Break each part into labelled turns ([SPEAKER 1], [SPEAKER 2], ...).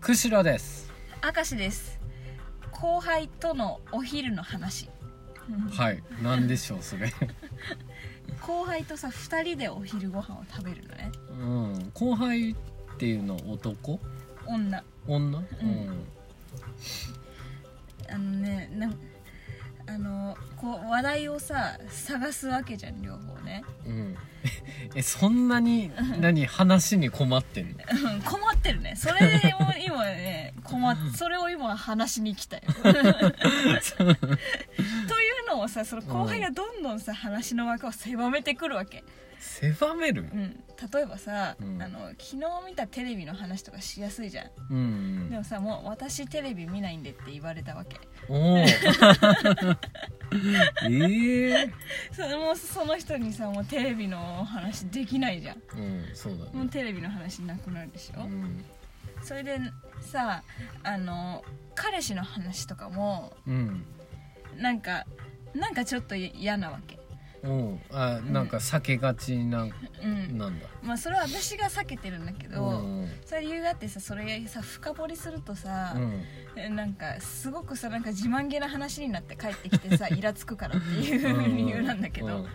[SPEAKER 1] 釧路です
[SPEAKER 2] 明石です後輩とのお昼の話、うん
[SPEAKER 1] はいなんでしょうそれ
[SPEAKER 2] 後輩とさ2人でお昼ご飯を食べるのね
[SPEAKER 1] うん後輩っていうの男
[SPEAKER 2] 女
[SPEAKER 1] 女
[SPEAKER 2] うんあのねなんあのこう話題をさ探すわけじゃん両方ね
[SPEAKER 1] うん、うん、 えそんなに何話に困ってんの
[SPEAKER 2] うん困ってるねそれを今ね困っそれを今話しに来たよ というのをさその後輩がどんどんさ話の枠を狭めてくるわけ
[SPEAKER 1] 狭める
[SPEAKER 2] うん、例えばさ、
[SPEAKER 1] うん
[SPEAKER 2] あの昨日見たテレビの話とかしやすいじゃん
[SPEAKER 1] うん、
[SPEAKER 2] でもさもう私テレビ見ないんでって言われたわけ
[SPEAKER 1] おおえ え
[SPEAKER 2] そもうその人にさもうテレビの話できないじゃん
[SPEAKER 1] うんそうだ
[SPEAKER 2] もう
[SPEAKER 1] ね
[SPEAKER 2] テレビの話なくなるでし
[SPEAKER 1] う
[SPEAKER 2] ょ、
[SPEAKER 1] ん
[SPEAKER 2] それでさあの彼氏の話とかも
[SPEAKER 1] うん
[SPEAKER 2] なんかなんかちょっと嫌なわけ
[SPEAKER 1] おうあなんか避けがちな、
[SPEAKER 2] うん、
[SPEAKER 1] なんだ
[SPEAKER 2] まあそれは私が避けてるんだけど、
[SPEAKER 1] うん
[SPEAKER 2] それ理由があってさそれさ深掘りするとさ、
[SPEAKER 1] うん
[SPEAKER 2] えなんかすごくさなんか自慢げな話になって帰ってきて さイラつくからっていう う理由なんだけど、
[SPEAKER 1] うん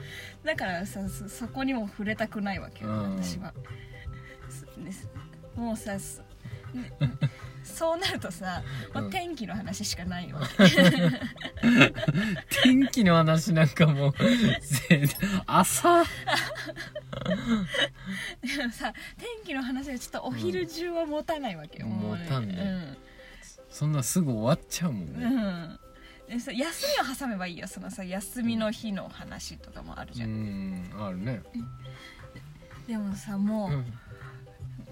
[SPEAKER 2] だからさそそこにも触れたくないわけよ、
[SPEAKER 1] うん
[SPEAKER 2] 私はすですもうさすねそうなるとさ、まあ
[SPEAKER 1] うん
[SPEAKER 2] 天気の話しかないわ
[SPEAKER 1] 天気の話なんかもう 朝
[SPEAKER 2] けでもさ天気の話はちょっとお昼中は持たないわけよ、もう
[SPEAKER 1] 持たんねそんなすぐ終わっちゃうもん
[SPEAKER 2] うん、
[SPEAKER 1] ね
[SPEAKER 2] うんでさ休みを挟めばいいよそのさ休みの日の話とかもある
[SPEAKER 1] う
[SPEAKER 2] じゃん、
[SPEAKER 1] んあるね
[SPEAKER 2] でもさもう、
[SPEAKER 1] うん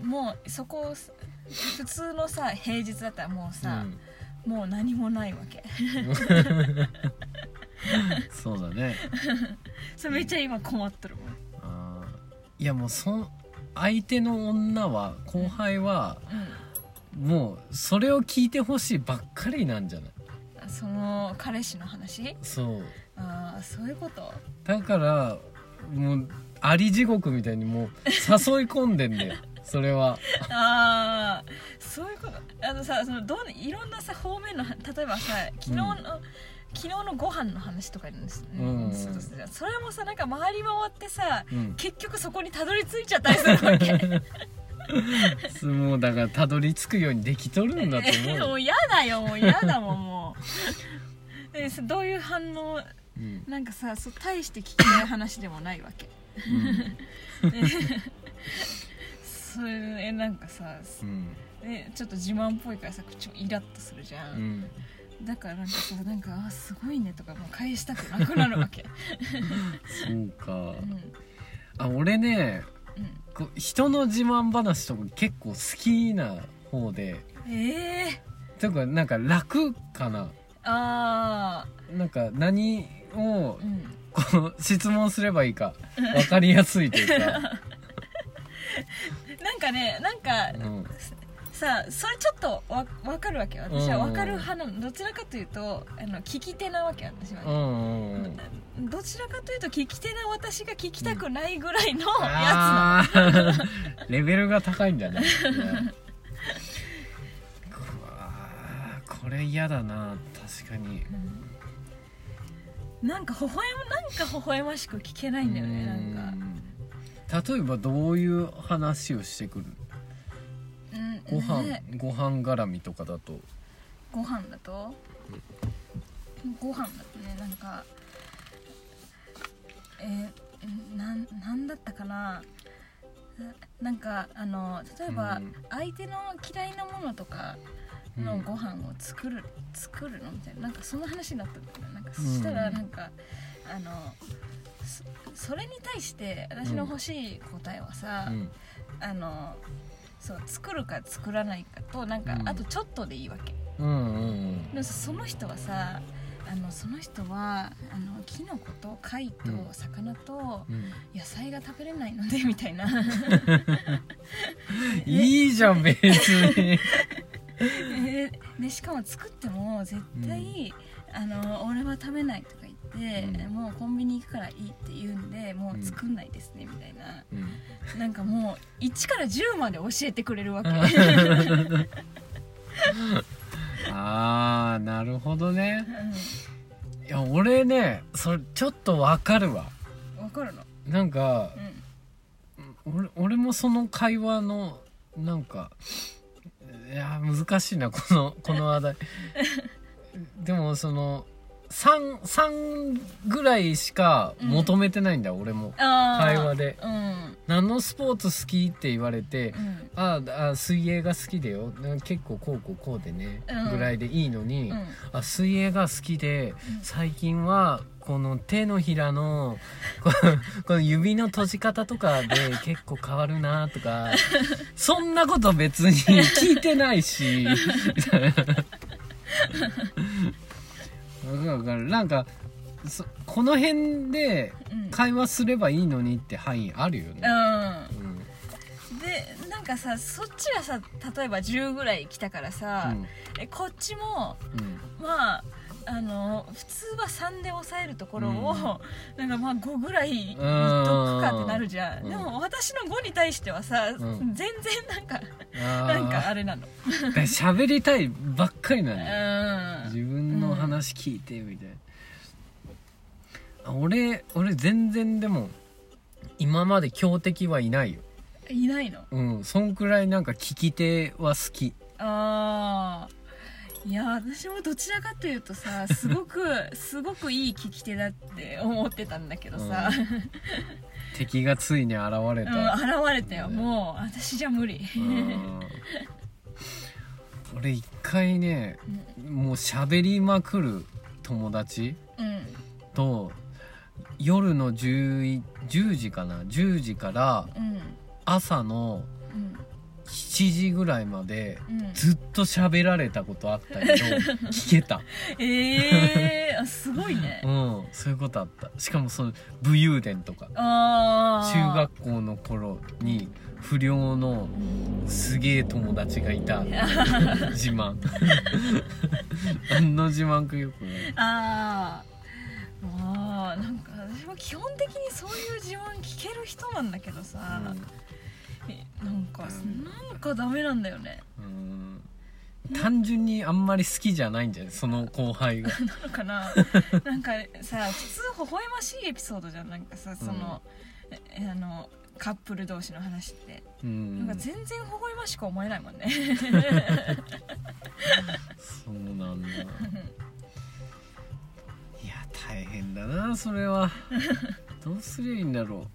[SPEAKER 2] もうそこをす普通のさ平日だったらもうさ、もう何もないわけ
[SPEAKER 1] うんそうだね
[SPEAKER 2] それめっちゃ今困っとるもん
[SPEAKER 1] あーいやもうそん相手の女は後輩は
[SPEAKER 2] う
[SPEAKER 1] もうそれを聞いてほしいばっかりなんじゃない
[SPEAKER 2] んその彼氏の話
[SPEAKER 1] そう
[SPEAKER 2] ああそういうこと
[SPEAKER 1] だからもうあり地獄みたいにもう誘い込んでん だよそれは
[SPEAKER 2] ああそういうことあのさそのどういろんなさ方面の例えばさ昨日の、
[SPEAKER 1] うん
[SPEAKER 2] 昨日のご飯の話とかにす
[SPEAKER 1] うんうん
[SPEAKER 2] するとするじゃんそれもさなんか回り回ってさ
[SPEAKER 1] うん
[SPEAKER 2] 結局そこにたどり着いちゃったりするわけ
[SPEAKER 1] もうだからたどり着くようにできとるんだと思う
[SPEAKER 2] も
[SPEAKER 1] よ、
[SPEAKER 2] う嫌だよもう嫌だもんもう でさどういう反応
[SPEAKER 1] うん
[SPEAKER 2] なんかさそう大して聞けない話でもないわけそれえなんかさ、
[SPEAKER 1] うん
[SPEAKER 2] ね、ちょっと自慢っぽいからさちょイラッとするじゃ、
[SPEAKER 1] うんん
[SPEAKER 2] だからなんかさなんかあすごいねとかもう返したくなくなるわ け
[SPEAKER 1] そうか
[SPEAKER 2] うん
[SPEAKER 1] あ俺ね
[SPEAKER 2] うん
[SPEAKER 1] こう人の自慢話とか結構好きな方で
[SPEAKER 2] ええ
[SPEAKER 1] というかなんか楽かな
[SPEAKER 2] あ
[SPEAKER 1] なんか何を
[SPEAKER 2] ーうん
[SPEAKER 1] この質問すればいいか分かりやすいというか、
[SPEAKER 2] なんかねなんか
[SPEAKER 1] うん、
[SPEAKER 2] さそれちょっとわ分かるわけよ私は
[SPEAKER 1] うん
[SPEAKER 2] 分かる派なのどちらかというとあの聞き手なわけよ私は、
[SPEAKER 1] うんうんうん
[SPEAKER 2] どちらかというと聞き手な私が聞きたくないぐらいのやつな
[SPEAKER 1] あーレベルが高いんだねうわーこれ嫌だな確かに
[SPEAKER 2] うんなんか微笑むなんか微笑ましく聞けないんだよねなんか、
[SPEAKER 1] なんか例えばどういう話をしてくる
[SPEAKER 2] うん、
[SPEAKER 1] ご飯、
[SPEAKER 2] ね
[SPEAKER 1] ご飯絡みとかだと
[SPEAKER 2] ご飯だとご飯だとねなんかえー、なんなんだったかなななんかあの例えば
[SPEAKER 1] うん
[SPEAKER 2] 相手の嫌いなものとかのご飯を作る、作るのみたいななんかそんな話になったんだよねなんかそしたら
[SPEAKER 1] うん
[SPEAKER 2] なんか、あのそそれに対して私の欲しい答えはさ、
[SPEAKER 1] うん
[SPEAKER 2] あのそう作るか作らないかとなんか、
[SPEAKER 1] うん
[SPEAKER 2] あとちょっとでいいわけ
[SPEAKER 1] うんうん
[SPEAKER 2] でもさその人はさあのその人はあのキノコと貝と
[SPEAKER 1] うん
[SPEAKER 2] 魚と
[SPEAKER 1] うん
[SPEAKER 2] 野菜が食べれないのでみた いなえ
[SPEAKER 1] いいじゃん別に
[SPEAKER 2] でしかも作っても絶対、あの俺は食べないとか言って、
[SPEAKER 1] うん
[SPEAKER 2] もうコンビニ行くからいいって言うんでもう作んないですねみたいな、
[SPEAKER 1] うん
[SPEAKER 2] なんかもう1から10まで教えてくれるわけ
[SPEAKER 1] うんああなるほどね
[SPEAKER 2] う
[SPEAKER 1] いや俺ねそれちょっとわかるわ
[SPEAKER 2] んわかるの
[SPEAKER 1] なんか
[SPEAKER 2] う、ん
[SPEAKER 1] 俺俺もその会話のなんかいや難しいなこのこの話題でもその 3, 3ぐらいしか求めてないんだ、俺も
[SPEAKER 2] あー
[SPEAKER 1] 会話で
[SPEAKER 2] うん
[SPEAKER 1] 何のスポーツ好きって言われて、
[SPEAKER 2] うん
[SPEAKER 1] あああ水泳が好きだよ結構こうこうこうでね、
[SPEAKER 2] うん
[SPEAKER 1] ぐらいでいいのに、
[SPEAKER 2] うん
[SPEAKER 1] あ水泳が好きで
[SPEAKER 2] うん
[SPEAKER 1] 最近はこの手のひらのここの指の閉じ方とかで結構変わるなとかそんなこと別に聞いてないしわかるわかるなんかそこの辺で
[SPEAKER 2] うん
[SPEAKER 1] 会話すればいいのにって範囲あるよね、
[SPEAKER 2] う
[SPEAKER 1] うん
[SPEAKER 2] んでなんかさそっちがさ例えば10ぐらい来たからさ、えこっちも
[SPEAKER 1] うんうん
[SPEAKER 2] まああの普通は3で抑えるところを、なんかまあ5ぐらい言っとくかってなるじゃん、
[SPEAKER 1] うん
[SPEAKER 2] でも私の5に対してはさ、
[SPEAKER 1] ん
[SPEAKER 2] 全然なんか
[SPEAKER 1] あー
[SPEAKER 2] なんかあれなの
[SPEAKER 1] だから喋りたいばっかりなのよ
[SPEAKER 2] う
[SPEAKER 1] 自分の話聞いてみたいな、あ俺俺全然でも今まで強敵はいないよ
[SPEAKER 2] んいないの
[SPEAKER 1] うんそんくらいなんか聞き手は好き
[SPEAKER 2] あーいや私もどちらかというとさすごくすごくいい聞き手だって思ってたんだけどさ、
[SPEAKER 1] 敵がついに現れ
[SPEAKER 2] うん
[SPEAKER 1] た、
[SPEAKER 2] 現れたよもう私じゃ無理
[SPEAKER 1] うん俺一回ねもう喋りまくる友達
[SPEAKER 2] うん
[SPEAKER 1] と夜の 10, 10時かな10時から
[SPEAKER 2] うん
[SPEAKER 1] 朝の
[SPEAKER 2] うん
[SPEAKER 1] 7時ぐらいまで
[SPEAKER 2] うん
[SPEAKER 1] ずっと喋られたことあったけど聞けた
[SPEAKER 2] えー、あすごいね
[SPEAKER 1] うんそういうことあったしかもその武勇伝とか
[SPEAKER 2] ああ
[SPEAKER 1] 中学校の頃に不良のすげえ友達がいた自慢あの自慢くんよくね
[SPEAKER 2] あーあーなんか私も基本的にそういう自慢聞ける人なんだけどさ、えなんかなんかダメなんだよね
[SPEAKER 1] うん、うん、単純にあんまり好きじゃないんじゃないその後輩が
[SPEAKER 2] なのか ななんかさ普通微笑ましいエピソードじゃんなんかさその、えあのカップル同士の話って、
[SPEAKER 1] う
[SPEAKER 2] なん
[SPEAKER 1] ん
[SPEAKER 2] か全然微笑ましく思えないもんね
[SPEAKER 1] そうなんだいや大変だなそれはどうすりゃいいんだろ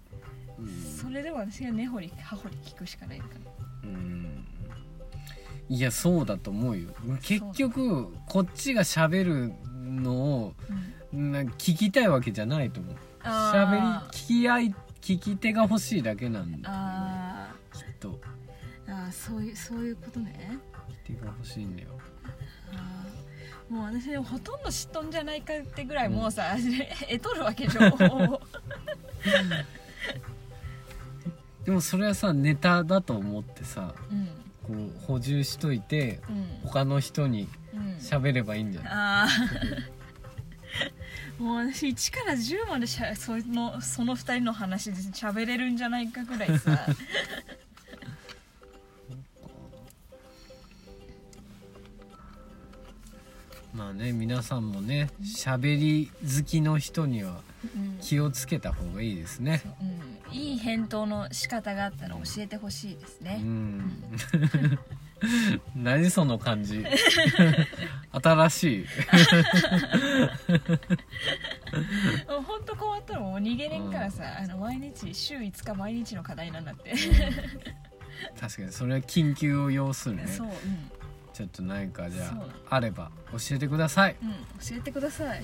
[SPEAKER 1] ううん
[SPEAKER 2] それでも私が根掘り葉掘り聞くしかないかな
[SPEAKER 1] うんいやそうだと思うよ結局こっちが喋るのを
[SPEAKER 2] うん
[SPEAKER 1] な聞きたいわけじゃないと思う喋り
[SPEAKER 2] あ
[SPEAKER 1] 聞き合い聞き手が欲しいだけなん
[SPEAKER 2] ー
[SPEAKER 1] だ
[SPEAKER 2] あ
[SPEAKER 1] きっと
[SPEAKER 2] ーあーそういうそういうことね
[SPEAKER 1] 聞き手が欲しいんだよ
[SPEAKER 2] あーもう私でもほとんど知っとんじゃないかってぐらいもうさ、えとるわけ情報を
[SPEAKER 1] でもそれはさネタだと思ってさ
[SPEAKER 2] うん
[SPEAKER 1] こう補充しといて
[SPEAKER 2] うん
[SPEAKER 1] 他の人に
[SPEAKER 2] うん
[SPEAKER 1] 喋ればいいんじゃない
[SPEAKER 2] ああもう私1から10までしゃそのその2人の話で喋れるんじゃないかぐらいさ
[SPEAKER 1] まあね皆さんもね喋り好きの人には
[SPEAKER 2] うん、
[SPEAKER 1] 気をつけた方がいいですね
[SPEAKER 2] うんいい返答の仕方があったら教えてほしいです
[SPEAKER 1] う
[SPEAKER 2] ね、
[SPEAKER 1] ん何その感じ新しい
[SPEAKER 2] もうほんと困ったらもう逃げれんからさ、あの毎日週5日毎日の課題なんだって、
[SPEAKER 1] 確かにそれは緊急を要するね
[SPEAKER 2] そう うん、
[SPEAKER 1] ちょっと何かじゃ
[SPEAKER 2] そう
[SPEAKER 1] ああれば教えてください
[SPEAKER 2] うん、教えてください